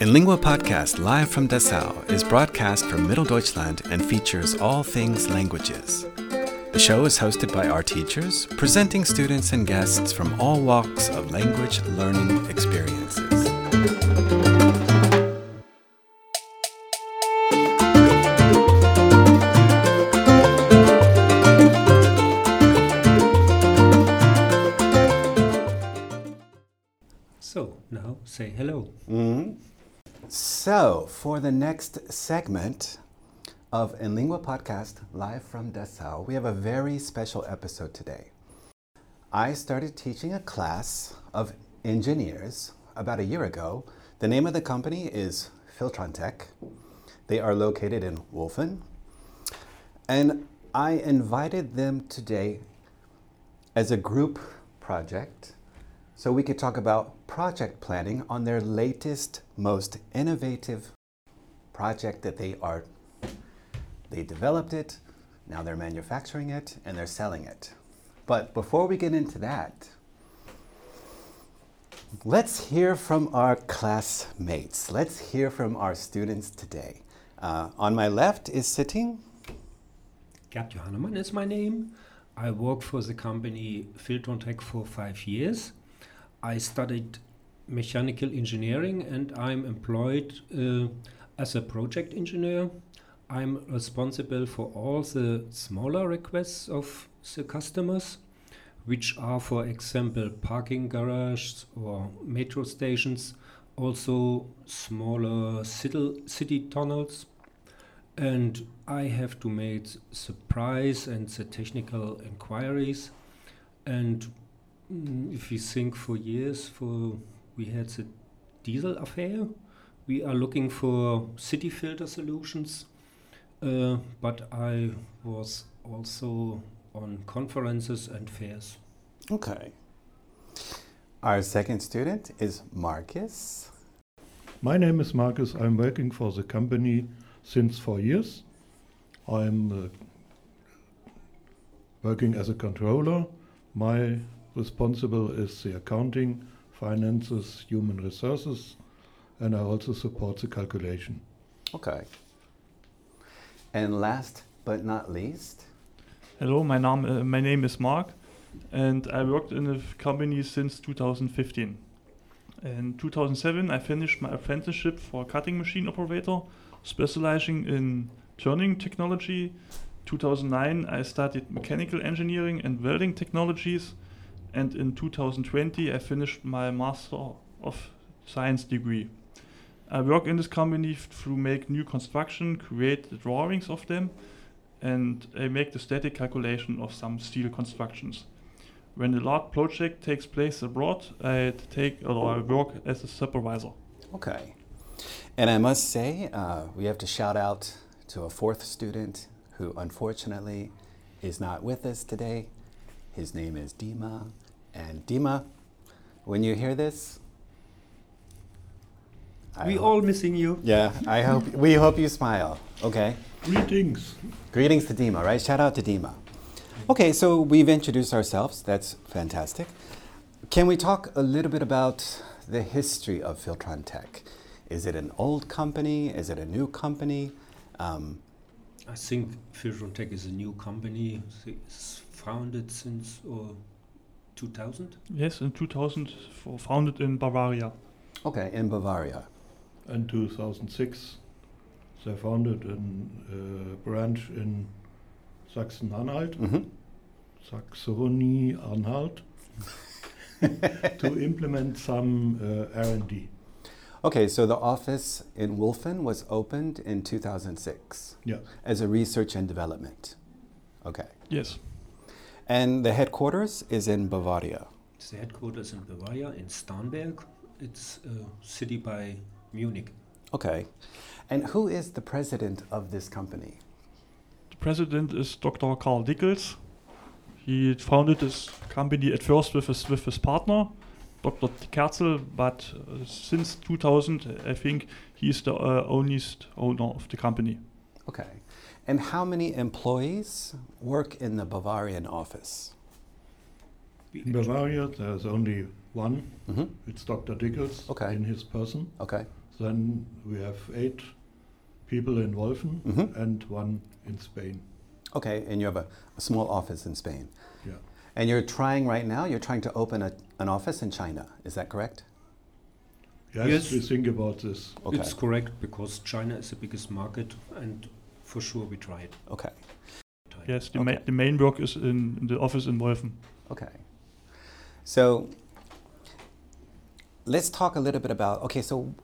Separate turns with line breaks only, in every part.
In Lingua Podcast Live from Dessau is broadcast from Middle Deutschland and features all things languages. The show is hosted by our teachers, presenting students and guests from all walks of language learning experiences.
So now say hello.
So, for the next segment of En Lingua podcast, live from Dessau, we have a very special episode today. I started teaching a class of engineers about a year ago. The name of the company is Filtrontech. They are located in Wolfen. And I invited them today as a group project so we could talk about project planning on their latest most innovative project that they are they developed it now they're manufacturing it and they're selling it but before we get into that let's hear from our classmates let's hear from our students today Uh, on my left is sitting
Gerd Johannemann is my name. I work for the company Filtrontech for five years. I studied mechanical engineering and I'm employed uh, as a project engineer. I'm responsible for all the smaller requests of the customers, which are, for example, parking garages or metro stations, also smaller city, city tunnels. And I have to make the price and the technical inquiries. And mm, if we think for years, for we had the diesel affair, we are looking for city filter solutions. Uh, but I was also on conferences and fairs.
okay our second student is marcus
My name is Marcus. I'm working for the company since four years. I'm uh, working as a controller. My responsible is the accounting, finances, human resources, and I also support the calculation.
Okay. And last but not least,
Hello, my name, uh, my name is Mark, and I worked in a f- company since 2015. In 2007, I finished my apprenticeship for cutting machine operator, specializing in turning technology. 2009, I studied mechanical engineering and welding technologies, and in 2020, I finished my Master of Science degree. I work in this company f- through make new construction, create the drawings of them, and I make the static calculation of some steel constructions. When a large project takes place abroad, I take or I work as a supervisor.
okay. And I must say, uh, we have to shout out to a fourth student who unfortunately is not with us today. His name is Dima. And Dima, when you hear this, I
we
hope-
all missing you.
Yeah, I hope we hope you smile. Okay.
Greetings.
Greetings to Dima, right? Shout out to Dima. Okay, so we've introduced ourselves. That's fantastic. Can we talk a little bit about the history of Filtron Tech? Is it an old company? Is it a new company? Um,
I think Filtrontech is a new company. It's founded since uh, 2000.
Yes, in 2000, for, founded in Bavaria.
okay, in Bavaria.
In 2006, they founded a branch in Sachsen-Anhalt.
hmm
Saxony-Anhalt to implement some uh, R&D.
Okay, so the office in Wolfen was opened in 2006
Yeah,
as a research and development. Okay.
Yes.
And the headquarters is in Bavaria.
The headquarters in Bavaria, in Starnberg. It's a city by Munich.
Okay. And who is the president of this company?
The president is Dr. Karl Dickels. He founded this company at first with his, with his partner, Dr. Kerzel, but uh, since 2000, I think he is the uh, only st- owner of the company.
Okay. And how many employees work in the Bavarian office?
In Bavaria, there's only one.
hmm
It's Dr. Dickels
Okay.
in his person.
Okay.
Then we have eight people in Wolfen
Mhm.
and one in Spain.
Okay. And you have a, a small office in Spain.
Yeah.
And you're trying right now, you're trying to open a, an office in China. Is that correct?
Yes,
Yes.
we think about this.
Okay.
It's correct because China is the biggest market, and for sure we try it.
Okay.
Yes, the,
Okay.
ma- the main work is in, in the office in Wolfen.
Okay. So let's talk a little bit about okay, so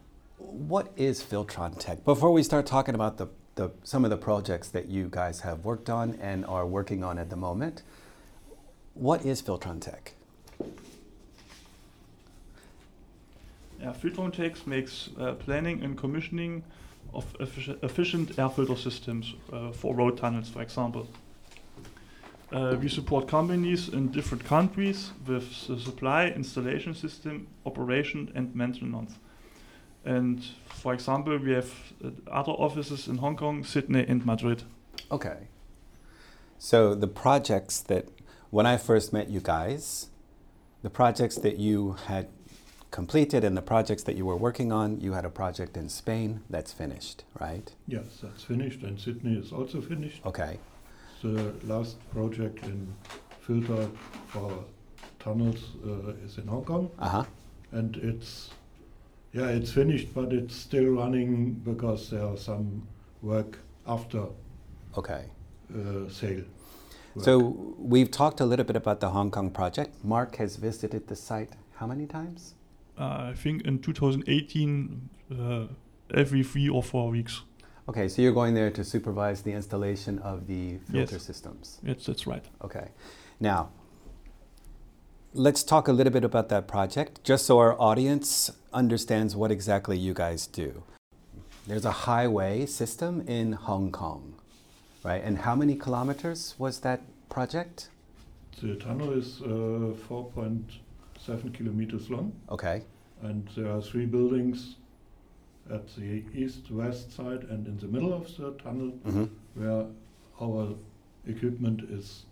what is Filtron Tech? Before we start talking about the, the some of the projects that you guys have worked on and are working on at the moment, what is Filtron Tech?
Yeah, Filtron Takes makes uh, planning and commissioning of effici- efficient air filter systems uh, for road tunnels, for example. Uh, we support companies in different countries with the supply, installation system, operation, and maintenance. And for example, we have uh, other offices in Hong Kong, Sydney, and Madrid.
Okay. So the projects that when I first met you guys, the projects that you had completed and the projects that you were working on, you had a project in Spain that's finished, right?
Yes, that's finished, and Sydney is also finished.
Okay.
The last project in filter for tunnels uh, is in Hong Kong,
Uh-huh.
and it's yeah, it's finished, but it's still running because there are some work after
Okay.
uh, sale. work.
So we've talked a little bit about the Hong Kong project. Mark has visited the site how many times?
Uh, I think in 2018, uh, every three or four weeks.
Okay, so you're going there to supervise the installation of the filter
Yes.
systems.
Yes, that's right.
Okay. Now, let's talk a little bit about that project just so our audience understands what exactly you guys do. There's a highway system in Hong Kong, right? And how many kilometers was that project?
the tunnel is uh, 4.7 kilometers long.
Okay.
And there are three buildings at the east, west side, and in the middle of the tunnel
hmm
where our equipment is.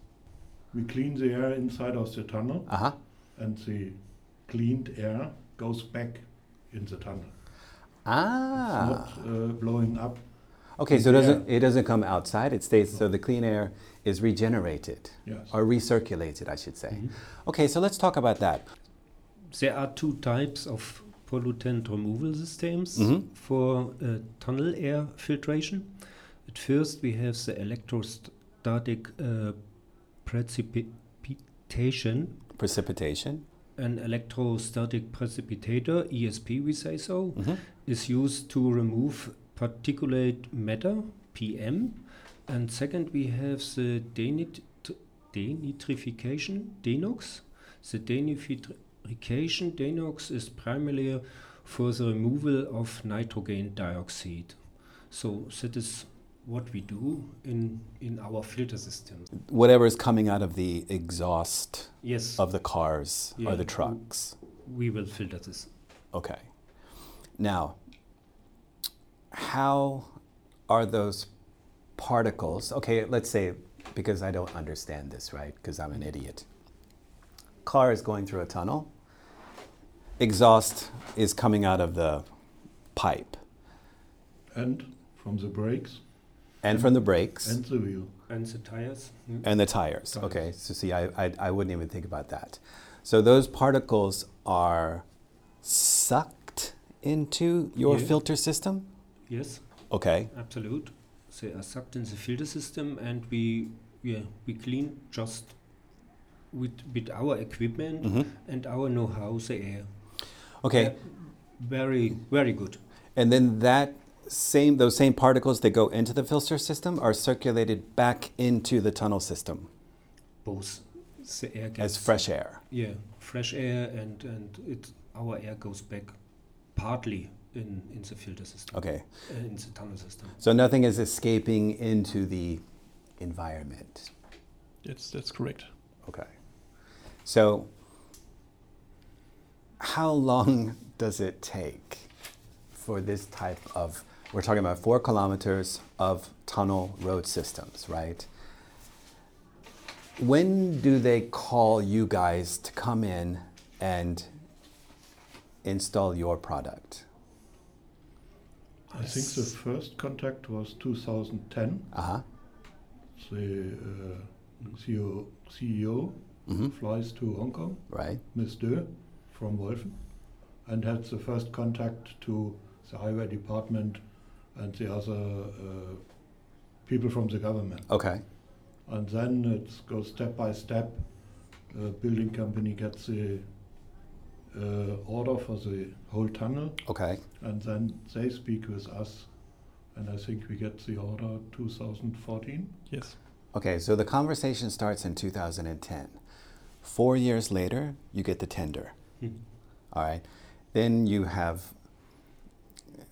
We clean the air inside of the tunnel,
Uh huh.
and the cleaned air goes back in the tunnel.
Ah.
It's not uh, blowing up.
Okay, so it
Yeah.
doesn't it doesn't come outside? It stays so the clean air is regenerated
Yes.
or recirculated, I should say.
Mhm.
Okay, so let's talk about that.
There are two types of pollutant removal systems
Mhm.
for uh, tunnel air filtration. At first, we have the electrostatic uh, precipitation,
Precipitation.
an electrostatic precipitator, ESP, we say so,
Mhm.
is used to remove particulate matter, PM. And second, we have the denit- denitrification, denox. The denitrification, denox, is primarily for the removal of nitrogen dioxide. So that is what we do in, in our filter system.
Whatever is coming out of the exhaust
Yes,
of the cars
Yeah.
or the trucks.
we will filter this.
Okay. Now, how are those particles? Okay, let's say, because I don't understand this, right? Because I'm an idiot. Car is going through a tunnel, exhaust is coming out of the pipe
And from the brakes
and from the brakes.
and the wheel.
And the tires? Mm.
And the tires.
Tires.
Okay. So see, I, I I wouldn't even think about that. So those particles are sucked into your
Yeah.
filter system.
Yes,
Okay.
absolute. They are sucked in the filter system and we yeah, we clean just with with our equipment
hmm
and our know-how the air.
Okay.
Yeah, very very good.
And then that same those same particles that go into the filter system are circulated back into the tunnel system
Both the air
as
gets
fresh air.
Yeah, fresh air and and it our air goes back partly in in the filter system
Okay.
uh, in the tunnel system.
So nothing is escaping into the environment.
That's, that's correct.
Okay. So how long does it take for this type of we're talking about 4 kilometers of tunnel road systems, right? When do they call you guys to come in and install your product?
I think the first contact was 2010.
Uh huh.
The uh, CEO, CEO
hmm
E flies to Hong Kong,
Right.
Ms. De from Wolfen, and had the first contact to the highway department and the other uh, people from the government.
Okay.
And then it goes step by step. Uh, building company gets the uh, order for the whole tunnel,
Okay.
and then they speak with us. And I think we get the order 2014.
Yes.
Okay. So the conversation starts in 2010. Four years later, you get the tender.
Mhm.
All right. Then you have.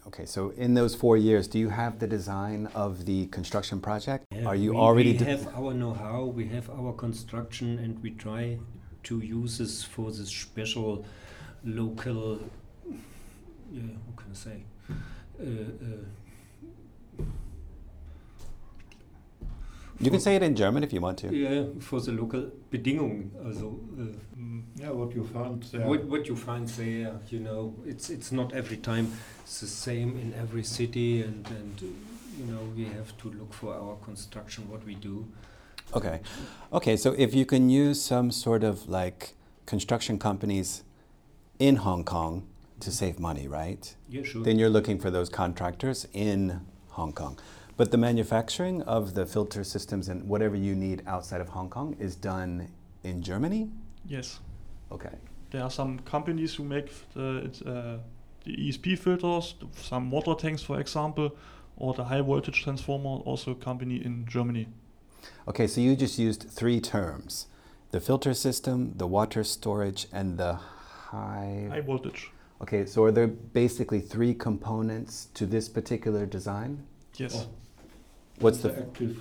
Okay, so in those four years, do you have the design of the construction project?
Yeah,
Are you
we,
already?
We
de-
have our know-how. We have our construction, and we try to use this for this special local. Yeah, what can I say? Uh, uh,
you can say it in German if you want to.
yeah, for the local Bedingungen. Also, uh,
Mm,
Yeah, what you found there.
What, what you find there, you know, it's it's not every time it's the same in every city, and and uh, you know we have to look for our construction, what we do.
Okay. Okay, so if you can use some sort of like construction companies in Hong Kong to save money, right?
Yeah, sure.
Then you're looking for those contractors in Hong Kong. But the manufacturing of the filter systems and whatever you need outside of Hong Kong is done in Germany?
Yes.
Okay.
There are er some companies who make the, it's, uh, the ESP filters, some water tanks, for example, or the high voltage transformer, also a company in Germany.
Okay, so you just used three terms the filter system, the water storage, and the
High Mm.
high.
voltage.
Okay, so are there basically three components to this particular design?
Yes.
Oh,
What's the.
active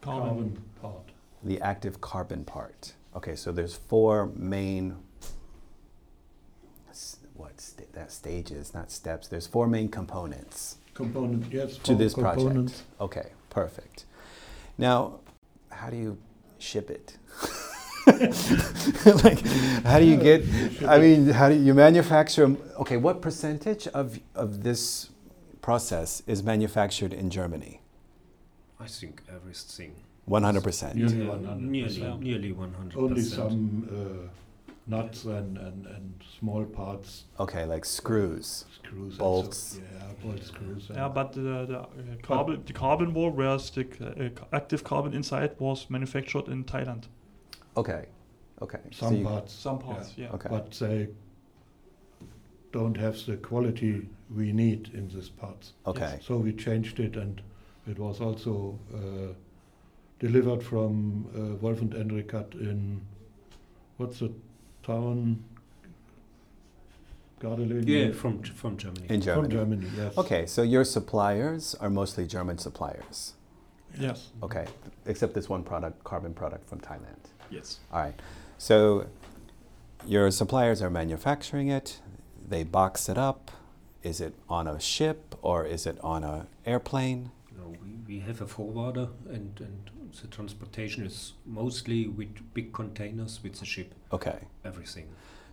carbon,
Carbon.
part?
the active carbon part. Okay, so there's four main s- what st- that stages, not steps. There's four main components
Component, yes.
to
for
this
components.
project. Okay, perfect. Now, how do you ship it? like, how do you get? I mean, how do you manufacture? Okay, what percentage of of this process is manufactured in Germany?
I think everything.
One hundred percent.
Nearly
Yeah,
100%.
Nearly, nearly one hundred percent.
Only some uh, nuts and, and, and small parts,
Okay, like screws.
screws.
Bolts.
And so, yeah, bolt screws. and-
Yeah, but the, the uh, carbon the carbon wall, whereas the uh, uh, active carbon inside was manufactured in Thailand.
Okay, okay. so
some
you-
parts.
Some parts, yeah.
Okay.
But they don't have the quality we need in these parts.
Okay.
So we changed it, and it was also uh, delivered from uh, Wolf and Enricat in what's the town? Gardelin.
Yeah, from from Germany.
In
From
Germany.
Germany, yes.
Okay, so your suppliers are mostly German suppliers.
Yes.
Okay, except this one product, carbon product from Thailand.
Yes.
All right. So your suppliers are manufacturing it, they box it up. Is it on a ship or is it on a airplane?
No, we, we have a forwarder, and and the transportation is mostly with big containers with the ship.
Okay.
Everything.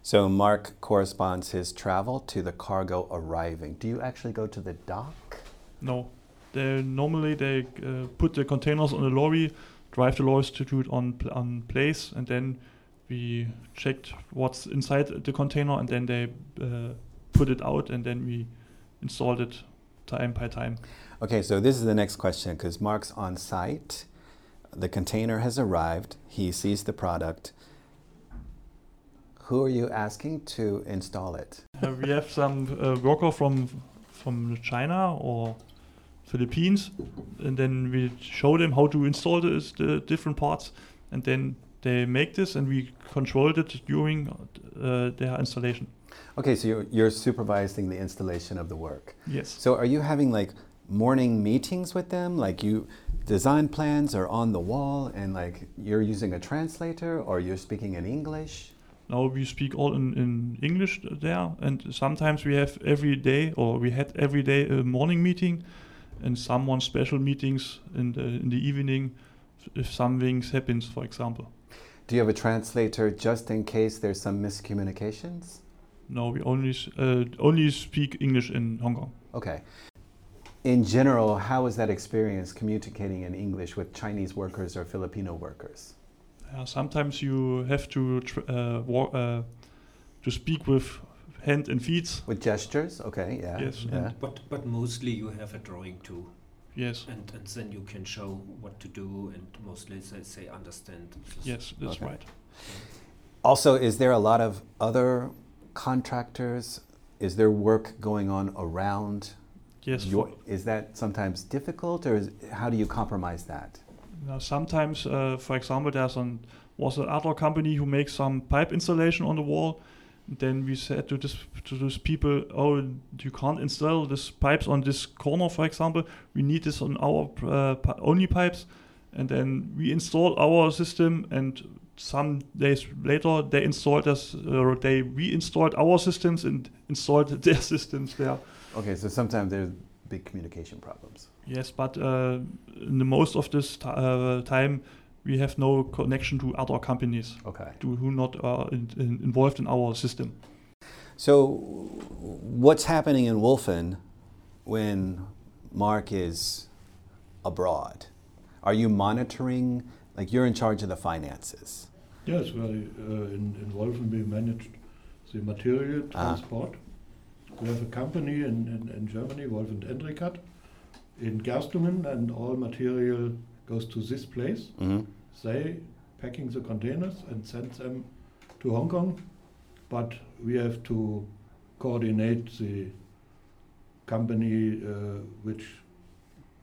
So Mark corresponds his travel to the cargo arriving. Do you actually go to the dock?
No. They normally they uh, put the containers on the lorry, drive the lorries to do it on pl- on place, and then we checked what's inside the container, and then they uh, put it out, and then we installed it time by time.
Okay, so this is the next question because Mark's on site. The container has arrived. He sees the product. Who are you asking to install it?
Uh, we have some uh, worker from from China or Philippines, and then we show them how to install the, the different parts, and then they make this, and we controlled it during uh, their installation.
Okay, so you're, you're supervising the installation of the work.
Yes.
So are you having like morning meetings with them? Like you design plans are on the wall and like you're using a translator or you're speaking in English?
Now we speak all in, in English there, and sometimes we have every day, or we had every day a morning meeting, and someone special meetings in the in the evening, if something happens, for example.
Do you have a translator just in case there's some miscommunications?
No, we only s- uh, only speak English in Hong Kong.
Okay. In general, how was that experience communicating in English with Chinese workers or Filipino workers?
Uh, sometimes you have to tr- uh, wa- uh, to speak with hand and feet.
With gestures? Okay, yeah.
Yes, Mm-hmm. and-
yeah.
But but mostly you have a drawing too,
Yes,
and and then you can show what to do, and mostly they say understand.
yes, that's
Okay.
right.
Also, is there a lot of other contractors? Is there work going on around?
Yes,
your, is that sometimes difficult, or is, how do you compromise that?
Now, sometimes, uh, for example, there's an was another company who makes some pipe installation on the wall. Then we said to this to those people, "Oh, you can't install these pipes on this corner, for example. We need this on our uh, pi- only pipes." And then we install our system, and some days later they installed us, or they reinstalled our systems and installed their systems there.
Okay, so sometimes there's big communication problems.
Yes, but uh, in the most of this ti uh, time, we have no connection to other companies
Okay.
to who not are in, in, involved in our system.
So, what's happening in Wolfen when Mark is abroad? Are you monitoring? Like you're in charge of the finances.
Yes, well, uh, in, in Wolfen we managed the material
Ah.
transport. We have a company in, in, in Germany, Wolf and Endrikat, in Gerstungen, and all material goes to this place.
Mm-hmm.
They packing the containers and send them to Hong Kong, but we have to coordinate the company uh, which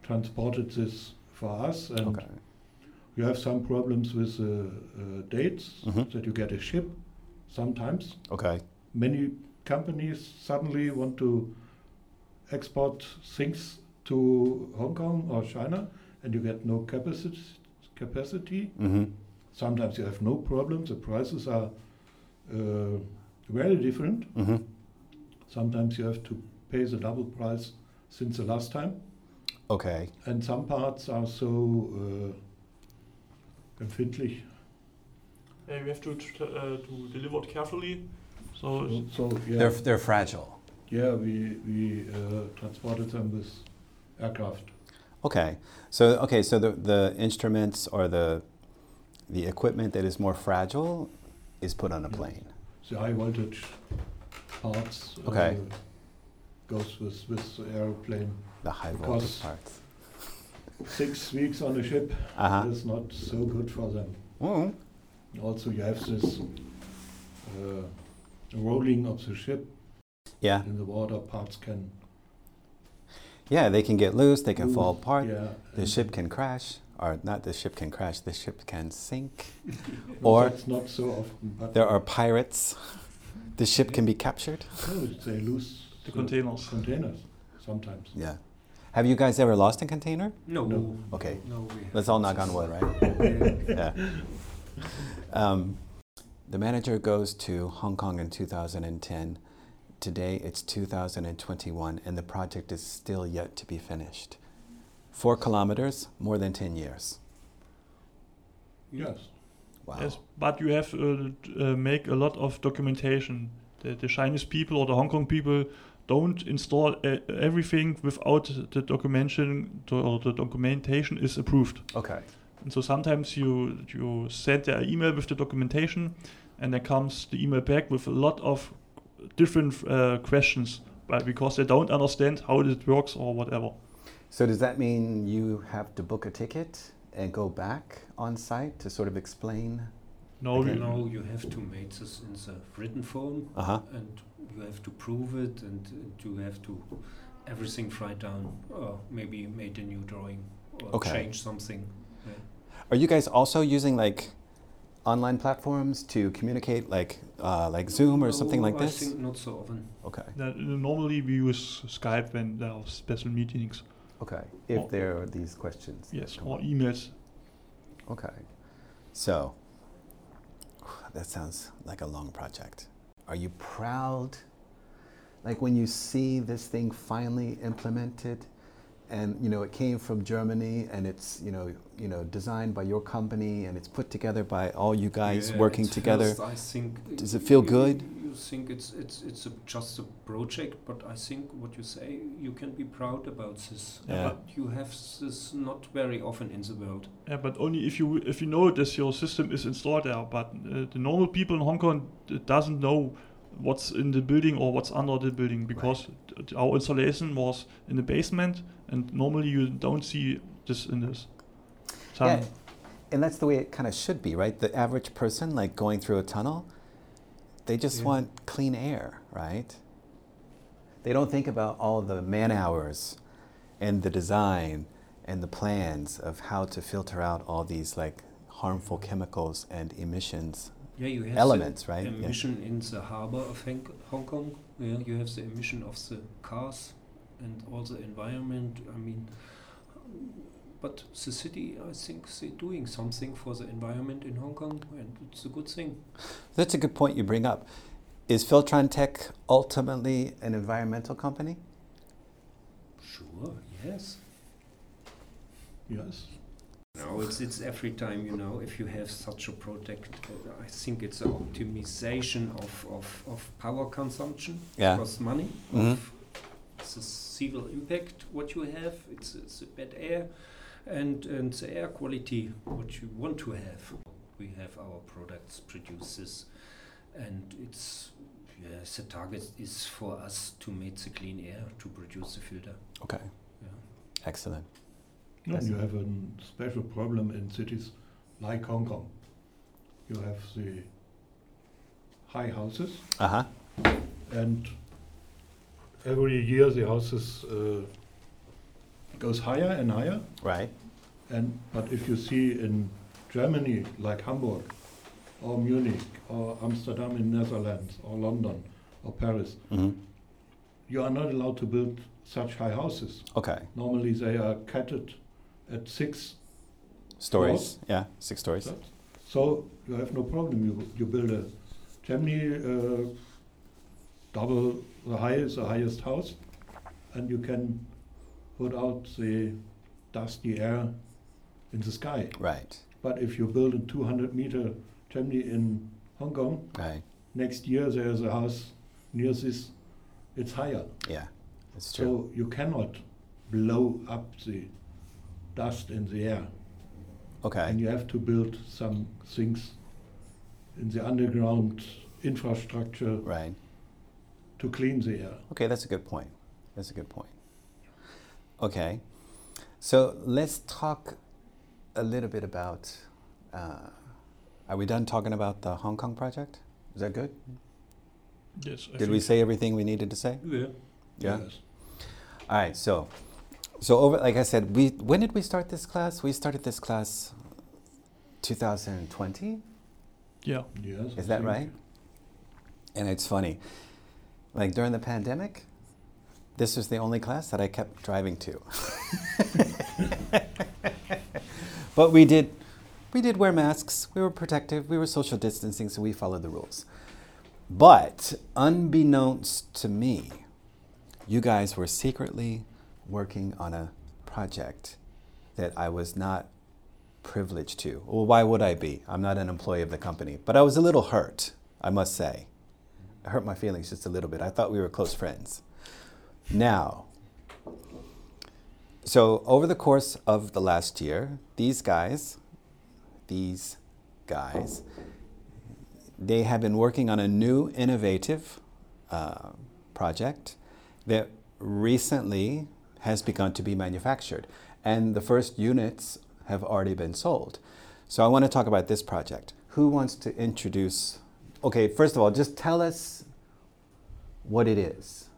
transported this for us and
Okay.
you have some problems with uh, uh, dates
Mhm.
that you get a ship sometimes.
Okay.
Many companies suddenly want to export things to Hong Kong or China and you get no capacity. capacity.
Mm-hmm.
Sometimes you have no problem, the prices are uh, very different.
Mm-hmm.
Sometimes you have to pay the double price since the last time.
Okay.
And some parts are so uh, empfindlich.
we have to, uh, to deliver it carefully. So
So, so, yeah.
They're they're fragile.
Yeah, we, we uh, transported them with aircraft.
Okay. So okay. So the the instruments or the the equipment that is more fragile is put on a
Yes.
plane.
The high voltage parts uh,
Okay.
goes with, with the airplane.
The high
Because-
voltage parts.
Six weeks on a ship
Uh huh.
is not so good for them.
mm
Also, you have this uh, rolling of the ship
Yeah.
in the water. Parts can
Yeah. They can get loose. They can fall
move.
apart.
Yeah,
The
and
ship can crash, or not the ship can crash, the ship can sink.
no,
Or
that's not so often. But
there are pirates. The ship can be captured.
no, oh, they lose
the containers.
containers sometimes.
Yeah. Have you guys ever lost a container?
No.
No.
Okay.
No. We
Let's all knock on wood, right? Yeah. Um, the manager goes to Hong Kong in 2010. Today it's 2021, and the project is still yet to be finished. Four kilometers, more than 10 years.
Yes.
Wow.
Yes, but you have uh, t- uh, make a lot of documentation. The, the Chinese people or the Hong Kong people don't install uh, everything without the documentation to, or the documentation is approved.
Okay.
And so sometimes you you send their email with the documentation, and then comes the email back with a lot of different uh, questions, but because they don't understand how it works or whatever.
So does that mean you have to book a ticket and go back on site to sort of explain?
No, we,
Okay.
No, you have to make this in the written form,
Uh huh.
and you have to prove it, and and you have to everything write down, or maybe made a new drawing, or
Okay.
change something. Yeah.
Are you guys also using like online platforms to communicate, like uh, like Zoom or something
No,
like
Oh, I
this?
think not so often.
Okay.
that- normally we use Skype when there are special meetings.
Okay.
Oh.
If there are these questions. that
Yes,
come
or
up.
emails.
Okay. So that sounds like a long project. Are you proud? Like when you see this thing finally implemented, and you know it came from Germany, and it's you know you know designed by your company, and it's put together by all you guys
Yeah,
working
at
together.
first I think
Does it feel
you-
good?
You think it's it's it's a, just a project, but I think what you say you can be proud about this.
Yeah.
But you have this not very often in the world.
Yeah, but only if you if you know it as your system is installed there. But uh, the normal people in Hong Kong d- doesn't know what's in the building or what's under the building because t- our installation was in the basement, and normally you don't see this in this. Some-
Yeah, and that's the way it kind of should be, right? The average person, like going through a tunnel, they just
Yeah.
want clean air, right? They don't think about all the man hours and the design and the plans of how to filter out all these like harmful chemicals and emissions.
Yeah, you have
Elements,
the
right? Yeah.
Emission in the harbor of Hong, Hong Kong. Yeah, you have the emission of the cars and all the environment. I mean, but the city, I think, they're doing something for the environment in Hong Kong, and it's a good thing.
That's a good point you bring up. Is Filtron Tech ultimately an environmental company?
Sure. Yes.
Yes.
No, it's it's every time you know if you have such a project. uh, I think it's an optimization of, of, of power consumption,
Yeah.
cost money,
Mhm.
of the civil impact what you have. It's it's a bad air, and and the air quality what you want to have. We have our products produce this, and it's yeah, the target is for us to make the clean air to produce the filter.
Okay,
Yeah.
excellent.
No,
Yes.
you have a special problem in cities like Hong Kong. You have the high houses,
Uh huh.
and every year the houses uh, goes higher and higher.
Right.
And but if you see in Germany, like Hamburg, or Munich, or Amsterdam in Netherlands, or London, or Paris,
hmm
you are not allowed to build such high houses.
Okay.
Normally they are catted at six
Stories. Yeah, six stories.
That- So you have no problem. You, you build a chimney, uh, double the highest, the highest house, and you can put out the dusty air in the sky.
Right.
But if you build a 200 meter chimney in Hong Kong,
Right.
next year there's a house near this, it's higher.
Yeah, it's true.
So you cannot blow up the dust in the air. And
okay.
you have to build some things in the underground infrastructure
Right.
to clean the air.
Okay, that's a good point. That's a good point. Okay. So let's talk a little bit about. Uh, are we done talking about the Hong Kong project? Is that good?
yes. I
Did we
think-
say everything we needed to say?
Yeah.
Yes.
All right. So, so over. Like I said, we when did we start this class? We started this class. 2020.
Yeah.
Yes, I
Is that
think.
right? And it's funny. Like during the pandemic, this was the only class that I kept driving to. but we did we did wear masks, we were protective, we were social distancing, so we followed the rules. But unbeknownst to me, you guys were secretly working on a project that I was not privileged to. Well, why would I be? I'm not an employee of the company. But I was a little hurt, I must say. It hurt my feelings just a little bit. I thought we were close friends. Now, so over the course of the last year, these guys, these guys, they have been working on a new innovative uh, project that recently has begun to be manufactured. And the first units have already been sold. So I want to talk about this project. Who wants to introduce? Okay, first of all, just tell us what it is.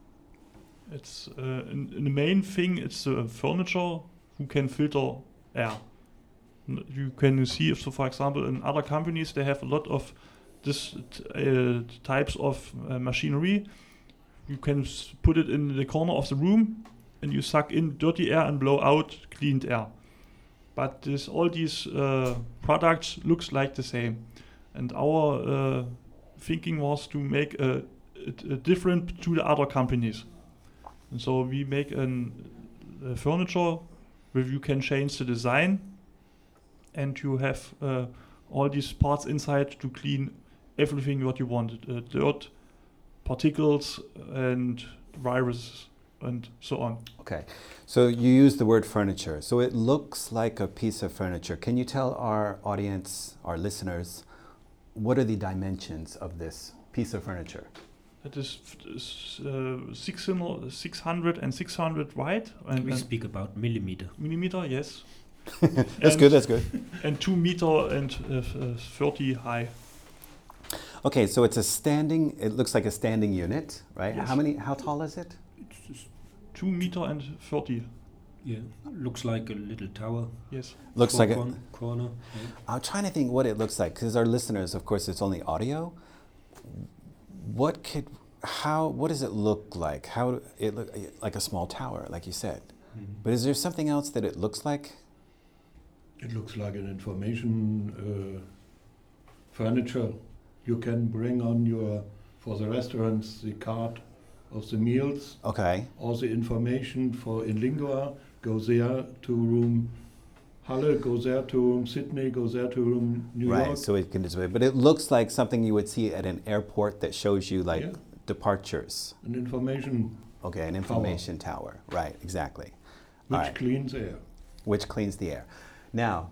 It's uh, in, in the main thing. It's the furniture who can filter air. N- You can see if, so for example, in other companies they have a lot of this t- uh, types of uh, machinery. You can s- put it in the corner of the room, and you suck in dirty air and blow out cleaned air. But this, all these uh, products looks like the same, and our uh, thinking was to make a, a, a different to the other companies. And so we make an uh, furniture, where you can change the design, and you have uh, all these parts inside to clean everything what you want: uh, dirt, particles, and viruses, and so on.
Okay. So you use the word furniture. So it looks like a piece of furniture. Can you tell our audience, our listeners, what are the dimensions of this piece of furniture?
That is f- uh, 600, 600 and 600 wide and,
We
and
speak about millimeter.
millimeter, yes,
That's good, that's good.
and two meter and uh, f- uh, 30 high.
Okay, so it's a standing, it looks like a standing unit, right?
Yes.
How many, how tall is it?
It's just-
Two meter and 30,
yeah, looks like a little tower.
yes.
Looks
four
like a,
corn- corner. yeah.
I'm trying to think what it looks like because our listeners, of course, it's only audio. What could, how, what does it look like? How it look like a small tower, like you said.
Mhm.
But is there something else that it looks like?
It looks like an information uh, furniture. You can bring on your, for the restaurants, the card of the meals.
Okay,
All the information for in lingua go there to room Halle, go there to room Sydney, go there to room New
right.
York.
So it can display, but it looks like something you would see at an airport that shows you like
Yeah.
departures.
And information
Okay, an information tower. Right, exactly.
which
Alright.
cleans air.
which cleans the air. Now,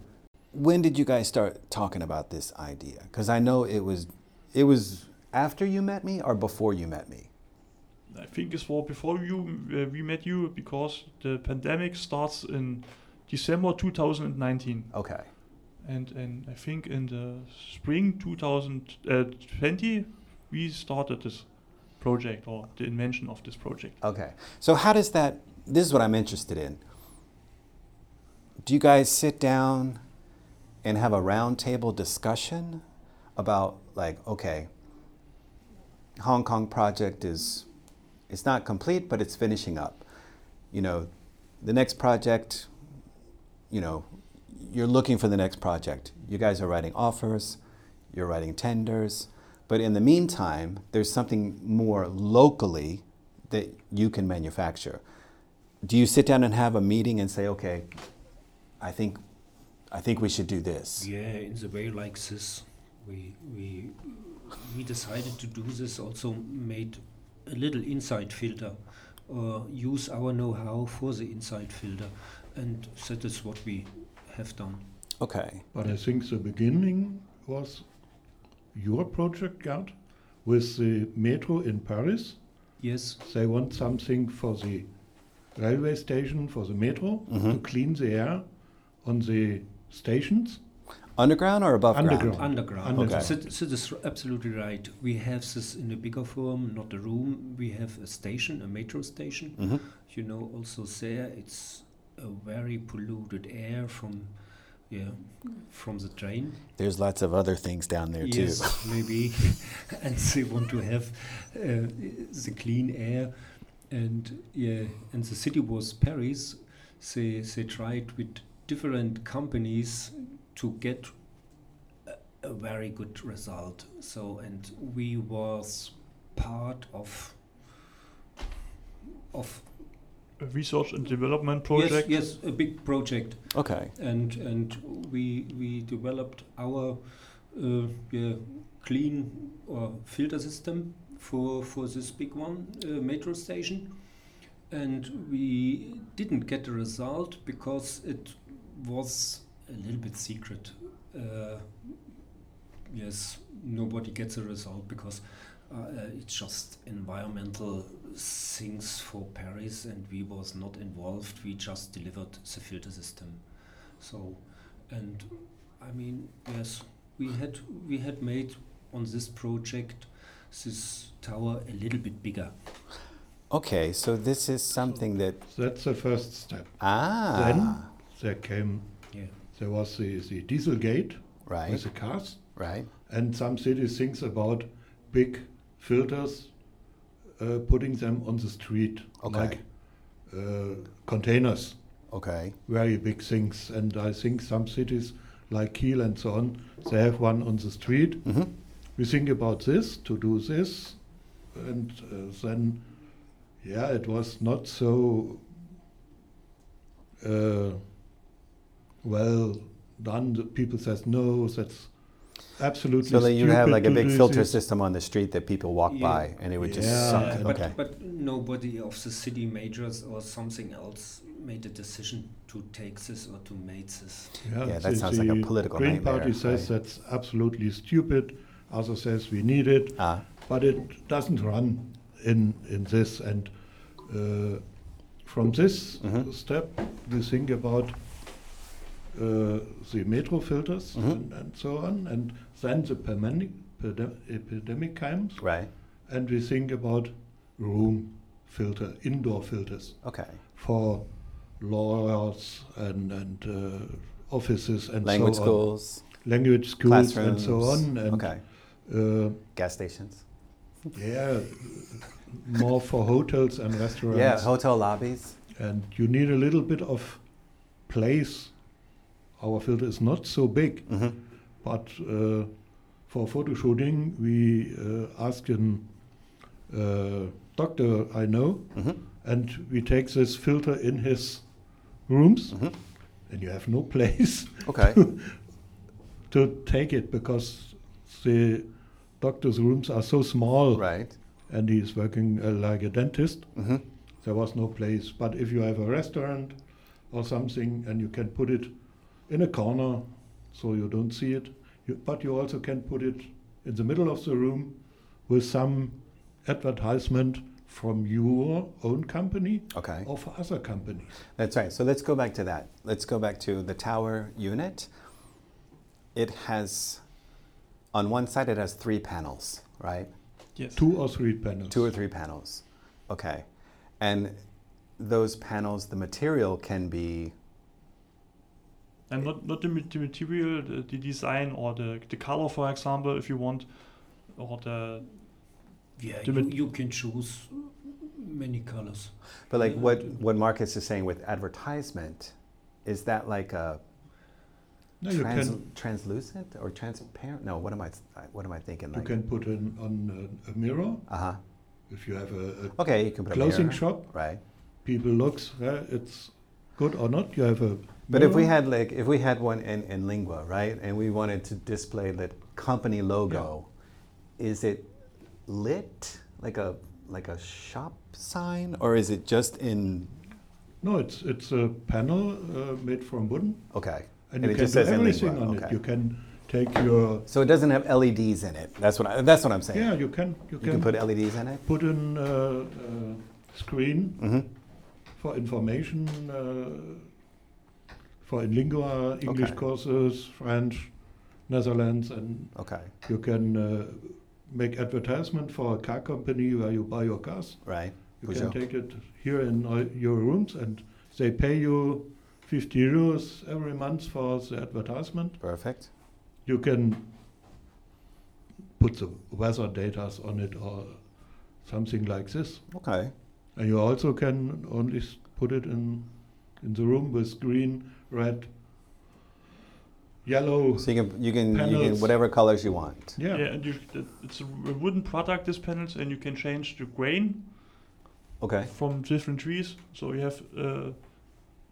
when did you guys start talking about this idea? Because I know it was, it was after you met me or before you met me.
I think it's for before you uh, we met you because the pandemic starts in December 2019,
Okay.
and and I think in the spring 2020 we started this project or the invention of this project.
Okay. So how does that? This is what I'm interested in. Do you guys sit down and have a roundtable discussion about like, okay, Hong Kong project is it's not complete, but it's finishing up. You know, the next project, you know, you're looking for the next project. You guys are writing offers, you're writing tenders, but in the meantime, there's something more locally that you can manufacture. Do you sit down and have a meeting and say, okay, I think, I think we should do this?
Yeah, in the way like this, we we we decided to do this. Also made a little inside filter, uh, use our know-how for the inside filter, and that is what we have done.
Okay.
But I think the beginning was your project, Gerd, with the metro in Paris.
Yes,
They want something for the railway station, for the metro, to
Mhm.
clean the air on the stations.
Underground or above
Underground.
ground?
underground.
Okay.
So, so that's r- absolutely right. We have this in a bigger form, not a room. We have a station, a metro station,
Mhm.
you know also there it's a very polluted air from yeah from the train
There's lots of other things down there too.
yes maybe and they want to have uh, the clean air and yeah and the city was paris they they tried with different companies to get a, a very good result so and we was part of of
A research and development project.
Yes, yes, a big project,
Okay.
and and we we developed our uh, yeah, clean uh, filter system for for this big one uh, metro station, and we didn't get a result because it was a little bit secret. Uh, yes, nobody gets a result because. Uh, uh, it's just environmental things for Paris, and we was not involved. We just delivered the filter system. So, and I mean, yes, we had we had made on this project this tower a little bit bigger.
Okay. So this is something that
That's the first step.
ah
There came,
Yeah.
there was the, the diesel gate
right
with the cars,
right
and some cities thinks about big filters, uh, putting them on the street
Okay.
like uh, containers.
okay
very big things. And I think some cities like Kiel and so on, they have one on the street.
hmm
We think about this, to do this. And uh, then, yeah, it was not so uh, well done. The people says no. That's absolutely
So that you have
stupid
like a
to
big
do
filter
this."
system on the street that people walk
Yeah.
by and it would just
Yeah.
suck.
but,
okay.
but nobody of the city majors or something else made a decision to take this or to make this.
Yeah, that
the-
sounds like a
the
political
Green
nightmare,
Party says
right?
that's absolutely stupid. Others says we need it.
Ah,
but it doesn't run in in this and uh, from this
Mhm.
step we think about uh, the metro filters
Mhm.
and, and so on and then the pandemic pande- epidemic comes
right.
and we think about room filter indoor filters
Okay.
for lawyers and and uh, offices and
Language
so on.
schools,
language schools and
classrooms.
so on and
okay.
uh,
Gas stations.
Yeah, more for hotels and restaurants.
Yeah, hotel lobbies.
and you need a little bit of place. Our filter is not so big,
hmm
but uh, for photo shooting, we uh, ask an uh, doctor I know,
hmm
and we take this filter in his rooms,
hmm
and you have no place
Okay.
to take it because the doctor's rooms are so small,
right.
and he is working uh, like a dentist.
hmm
there was no place. But if you have a restaurant or something and you can put it in a corner so you don't see it, you, but you also can put it in the middle of the room with some advertisement from your own company
Okay.
or for other companies.
That's right. So let's go back to that. Let's go back to the tower unit. It has, on one side, it has three panels, right?
Yes.
Two or three panels.
Two or three panels. Okay. And those panels, the material can be,
And not, not the, ma- the material, the, the design or the, the color, for example, if you want, or the
Yeah,
Do
you,
it-
you can choose many colors.
but like what, what Marcus is saying with advertisement, is that like a
No, you
trans-
can,
translucent or transparent? No, what am I, what am I thinking?
you
Like,
can put in on a, a mirror
uh huh.
if you have a, a
Okay, you can put a
clothing
mirror,
shop.
Right.
People looks uh, it's good or not. You have a
But if we
mirror.
had like if we had one in, in lingua, right, and we wanted to display the company logo, is it lit like a like a shop sign, or is it just in
No, it's it's a panel uh, made from wood,
okay? And
and, you
it
can
just
do
says in
everything
lingua,
on it.
okay.
You can take your
So it doesn't have LEDs in it. That's what I, that's what I'm saying.
yeah, you can you,
you can put LEDs in it.
put in uh, uh, screen
hmm
for information uh, for in lingua English
Okay.
courses, French, Netherlands, and
Okay,
you can uh, make advertisement for a car company where you buy your cars.
right.
You
Peugeot.
can take it here in uh, your rooms, and they pay you 50 euros every month for the advertisement.
Perfect.
you can put the weather data on it or something like this.
Okay.
And you also can only s- put it in in the room with green, red, yellow.
So you can you can you can
Panels.
whatever colors you want.
Yeah.
Yeah, and you, it- it's a wooden product, these panels, and you can change the grain
Okay.
from different trees. So you have uh,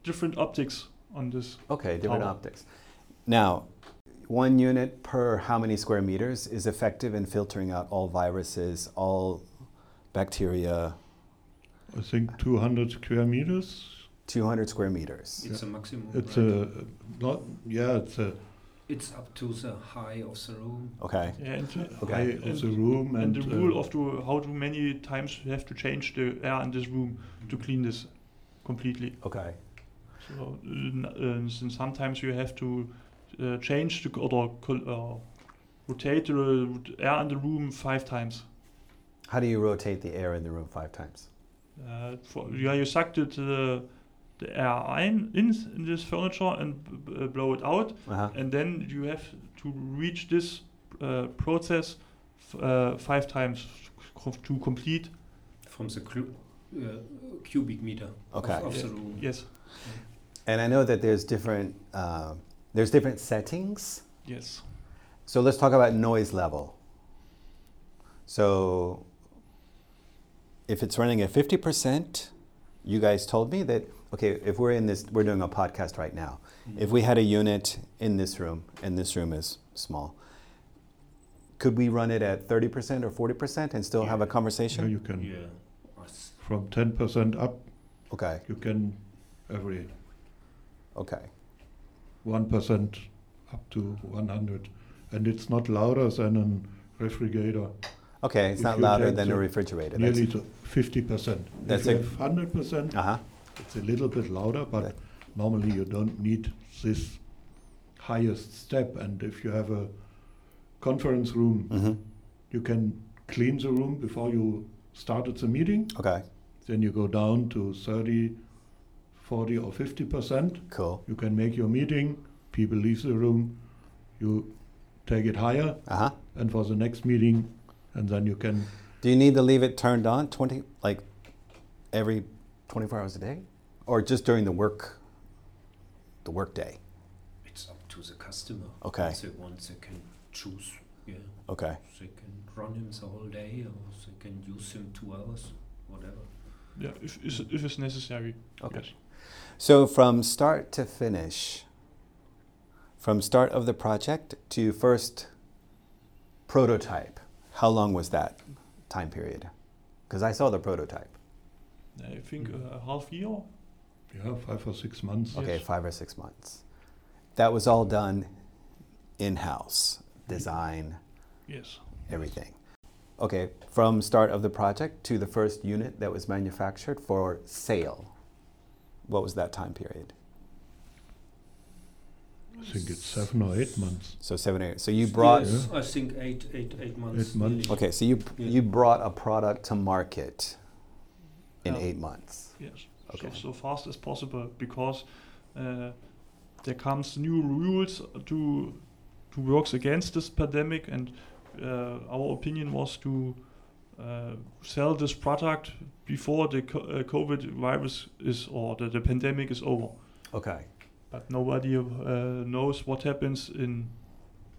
different optics on this.
Okay, different
Tower.
optics. Now, one unit per how many square meters is effective in filtering out all viruses, all bacteria,
I think 200 square meters.
200 square meters.
It's a maximum.
It's
right?
a not yeah. It's a
it's up to the high of the room.
Okay,
Yeah, and,
Okay.
height of the room
and
and,
the
uh,
rule of the, how do many times you have to change the air in this room to clean this completely.
okay.
So uh, n- uh, s- and sometimes you have to uh, change the co- or col- uh, rotate the rot- air in the room five times.
How do you rotate the air in the room five times?
Uh, for, yeah, you suck the, the, the air in, in in this furniture and b- b- uh, blow it out,
Uh-huh.
and then you have to reach this uh, process f- uh, five times co- to complete.
from the clu- uh, cubic meter of-
Okay.
of,
Yeah.
the room.
Yes,
And I know that there's different uh, there's different settings.
yes.
So let's talk about noise level. So if it's running at 50%, you guys told me that okay, if we're in this, we're doing a podcast right now. If we had a unit in this room, and this room is small, could we run it at 30% or 40% and still have a
Yeah,
conversation?
you can
Yeah. Us.
from 10% up.
Okay,
You can every
okay.
1% up to 100, and it's not louder than a refrigerator.
Okay, it's
If
not
you
louder
take
than a
the
refrigerator. That's,
Nearly to 50%.
That's
if
a-
you have 100%,
uh-huh.
it's a little bit louder, but
That-
normally you don't need this highest step. And if you have a conference room,
hmm
you can clean the room before you started the meeting.
Okay,
Then you go down to 30, 40, or 50%.
cool.
You can make your meeting, people leave the room, you take it higher,
Uh-huh.
and for the next meeting, and then you can.
Do you need to leave it turned on 20 like every 24 hours a day or just during the work the work day?
It's up to the customer.
Okay.
If they want, they can choose. Yeah.
Okay.
They can run him the whole day or they can use him two hours, whatever.
Yeah, if, is- if it's necessary.
Okay.
Yes.
So from start to finish from start of the project to first prototype. How long was that time period? Cuz I saw the prototype.
I think uh, half year.
Yeah, five or six months.
Okay,
Yes.
5 or 6 months. That was all done in-house. Design,
Yes.
everything. Okay, from start of the project to the first unit that was manufactured for sale. What was that time period?
I think it's seven or eight months.
So seven, eight. So you brought.
Yes, I think eight, eight, eight months.
Eight months.
nearly.
Okay, so you you brought a product to market in
Yeah.
eight months.
Yes.
Okay.
So, so fast as possible because uh, there comes new rules to to works against this pandemic, and uh, our opinion was to uh, sell this product before the co- uh, COVID virus is or the, the pandemic is over.
Okay,
But nobody uh, knows what happens in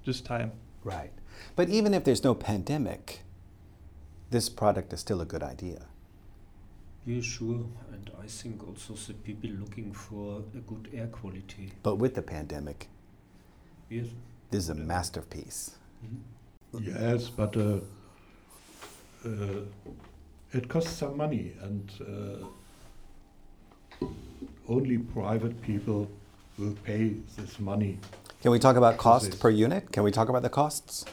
this time.
right. But even if there's no pandemic, this product is still a good idea.
Yeah, sure. And I think also the people looking for a good air quality.
But with the pandemic,
Yes. Mm-hmm.
this is a masterpiece.
Yes, but uh, uh, it costs some money, and uh, only private people will pay this money.
Can we talk about cost
Precis.
per unit? Can we talk about the costs?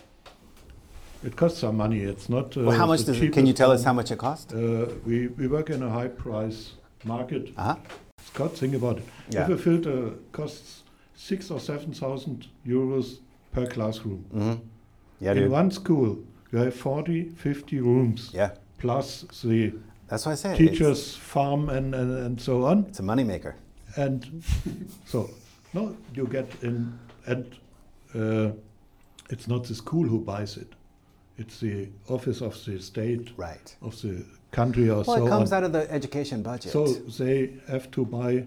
It costs some money. It's not. Uh,
well, how much
the
does it, can you
cheapest
tell us
one.
how much it costs?
Uh, we, we work in a high price market.
Uh-huh.
Scott, think about it.
Yeah.
If a filter uh, costs six or seven thousand euros per classroom,
Mm-hmm. Yeah,
in
dude.
one school you have 40, 50 rooms
Yeah,
plus the
that's what I said. it's-
teachers, farm, and, and, and so on.
It's a moneymaker.
And so, no, you get in, and uh, it's not the school who buys it. It's the office of the state,
Right.
of the country,
Well,
or so
it comes
on.
out of the education budget.
So they have to buy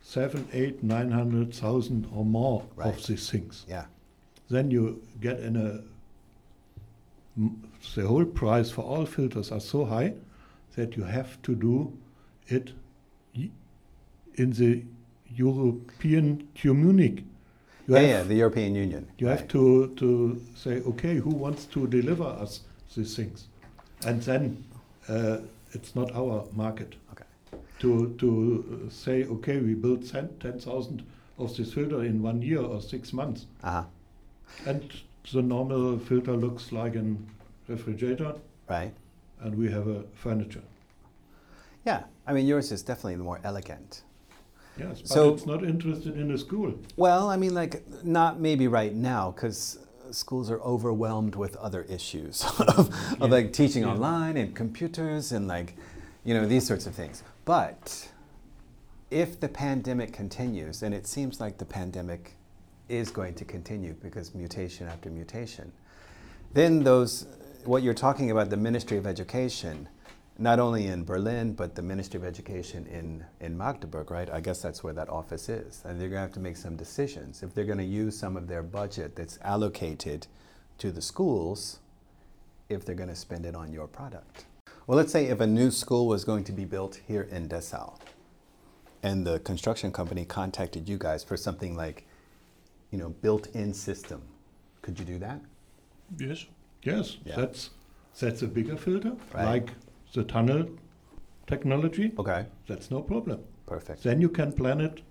seven, eight, nine hundred thousand or more
Right.
of these things.
yeah,
Then you get in a m- the whole price for all filters are so high that you have to do it y- in the European community. You
yeah,
have,
yeah, the European Union.
you have
right.
to, to say, okay, who wants to deliver us these things? And then uh, it's not our market
Okay.
to to uh, say, okay, we build 10 10,000 of this filter in one year or six months.
Uh huh.
And the normal filter looks like an refrigerator,
Right.
and we have a furniture.
Yeah. I mean, yours is definitely more elegant.
Yes, but
So-
it's not interested in a school.
Well, I mean, like, not maybe right now, because schools are overwhelmed with other issues of, of like teaching
Yeah.
online and computers and like, you know, these sorts of things. But if the pandemic continues, and it seems like the pandemic is going to continue because mutation after mutation, then those, what you're talking about, the Ministry of Education, not only in Berlin, but the Ministry of Education in, in Magdeburg, right? I guess that's where that office is. And they're going to have to make some decisions. If they're going to use some of their budget that's allocated to the schools, if they're going to spend it on your product. Well, let's say if a new school was going to be built here in Dessau, and the construction company contacted you guys for something like, you know, built-in system, could you do that?
Yes.
Yes,
Yeah.
that's that's a bigger filter,
Right.
like the tunnel technology.
Okay,
That's no problem.
perfect.
Then you can plan it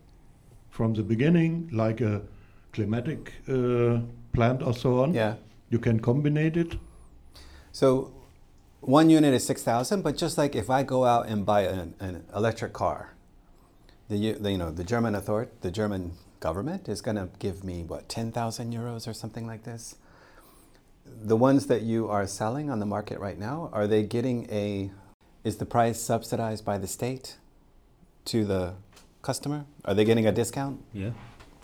from the beginning, like a climatic uh, plant or so on.
Yeah.
You can combine it.
So one unit is 6,000, but just like if I go out and buy an, an electric car, the, eu- the, you know, the German author, the German government is going to give me what 10,000 euros or something like this. The ones that you are selling on the market right now, are they getting a is the price subsidized by the state to the customer? Are they getting a discount?
Yeah.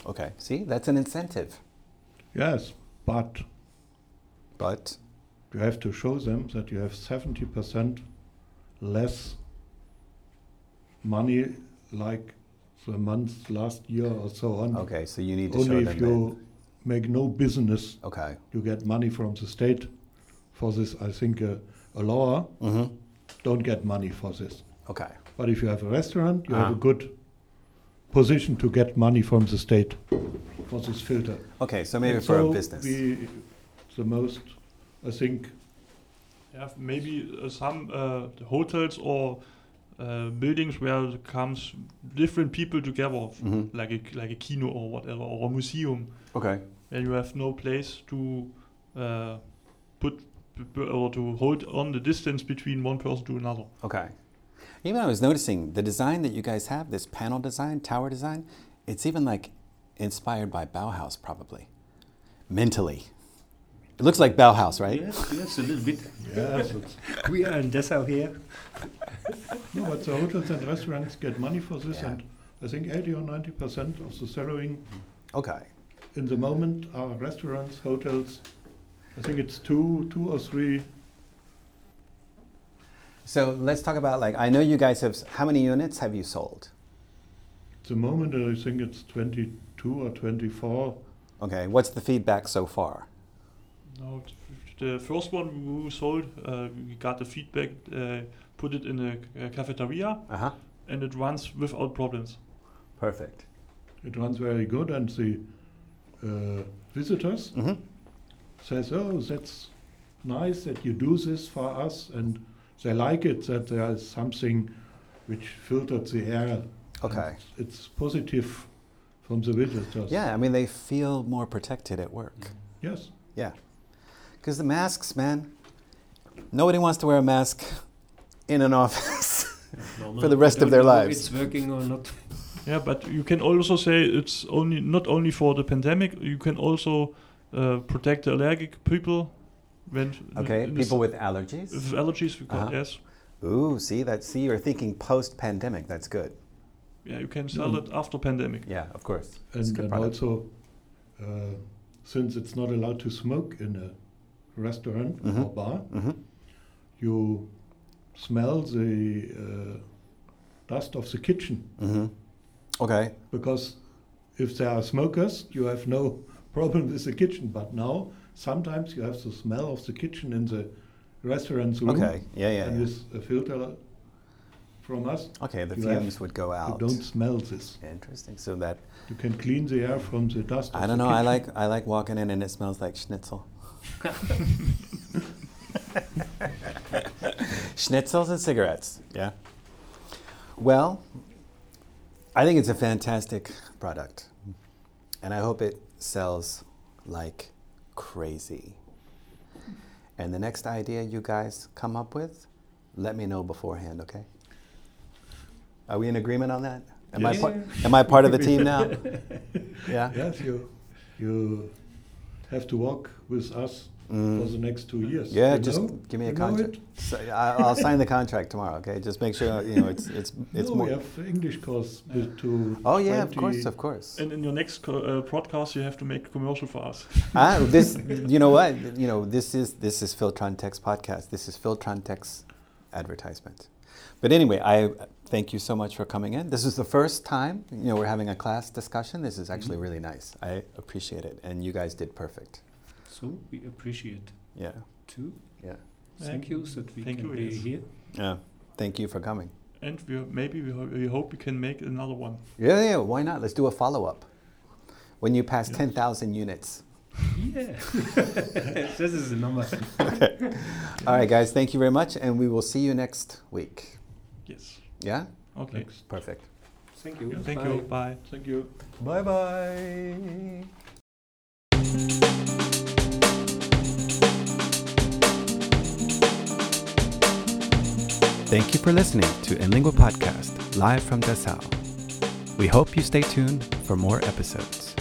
Okay. See, that's an incentive.
Yes, but
But
you have to show them that you have 70% less money, like the month last year or so on.
okay, so you need to show
Only
them
if you make no business,
that. Okay.
you get money from the state for this. I think a, a lawyer
Mhm.
don't get money for this.
Okay.
But if you have a restaurant, you have a
Ah.
good position to get money from the state for this filter.
Okay, so maybe
And
for
so
a business.
We, the most, I think,
Yeah, f- maybe uh, some uh, hotels or uh, buildings where it comes different people together, f-
Mhm.
like a like a kino or whatever, or a museum,
Okay.
where you have no place to uh, put p- p- or to hold on the distance between one person to another.
Okay. Even I was noticing the design that you guys have, this panel design, tower design, it's even like inspired by Bauhaus, probably. Mentally. It looks like Bauhaus, right?
Yes, yes, a little bit.
yes, it's,
We are in Dessau here.
no, but the hotels and restaurants get money for this,
Yeah.
and I think 80 or 90 percent of the selling
Okay.
in the moment are restaurants, hotels. I think it's two, two or three.
So let's talk about like I know you guys have how many units have you sold?
At the moment, I think it's 22 or 24.
Okay. What's the feedback so far?
No, t- f- the first one we sold, uh, we got the feedback, uh, put it in a c- a cafeteria,
Uh-huh.
and it runs without problems.
Perfect.
It runs very good, and the uh, visitors
Mhm.
says, "Oh, that's nice that you do this for us," and they like it that there is something which filtered the air.
Okay.
And it's positive from the visitors.
Yeah, I mean they feel more protected at work.
Yes.
Yeah. Because the masks, man, nobody wants to wear a mask in an office. For the rest of their lives.
It's working or not.
Yeah, but you can also say it's only not only for the pandemic. You can also uh, protect the allergic people when
okay,
in the
people
s-
with allergies.
with allergies. Because,
Uh-huh.
Yes,
Ooh, see that? See, you're thinking post-pandemic. That's good.
yeah, you can sell
Mm.
it after pandemic.
Yeah, of course. It's
And,
good
and
product.
also, uh, since it's not allowed to smoke in a restaurant or
Mhm.
bar,
Mhm.
you smell the uh, dust of the kitchen
Mhm. Okay.
because if there are smokers, you have no problem with the kitchen. But now, sometimes you have the smell of the kitchen in the restaurant room,
Okay. Yeah, yeah.
and
yeah.
with a filter from us,
Okay, the
you have-
fumes would go
you
out.
don't smell this.
Interesting. So that
You can clean the air from the dust.
I
of
don't
the
know. I
kitchen.
like I like walking in and it smells like schnitzel. Schnitzels and cigarettes. Yeah. Well, I think it's a fantastic product, and I hope it sells like crazy. And the next idea you guys come up with, let me know beforehand. Okay. Are we in agreement on that? Am I
Yes.
part, am I part of the team now? Yeah.
Yes, you you have to walk with us for the next two years.
Mm. Hmm. Yeah,
You
just
know?
give me
You
a
know
contract.
it?
So, I, I'll sign the contract tomorrow. Okay, just make sure you know it's it's it's
no,
more.
we have English course with to.
Oh yeah, of course,
20
of course.
And in your next co- uh, podcast, you have to make a commercial for us.
ah, this you know what you know this is this is Filtron Tech's podcast. This is Filtron Tech's advertisement. But anyway, I thank you so much for coming in. This is the first time you know we're having a class discussion. This is
Mm-hmm.
actually really nice. I appreciate it, and you guys did perfect.
So we appreciate
Yeah,
too.
yeah,
Thank you that we
Thank
can
you,
be
yes.
here.
yeah. Thank you for coming.
and we maybe we, ho- we hope we can make another one.
Yeah, yeah, why not? Let's do a follow up. When you pass
Yes.
10,000 units.
Yeah. this is the number.
All right, guys, thank you very much, and we will see you next week.
Yes.
Yeah?
Okay.
Next.
Perfect.
Thank you.
Thank
Bye.
you. Bye.
Thank you.
Bye bye. Thank you for listening to InLingua Podcast, live from Dessau. We hope you stay tuned for more episodes.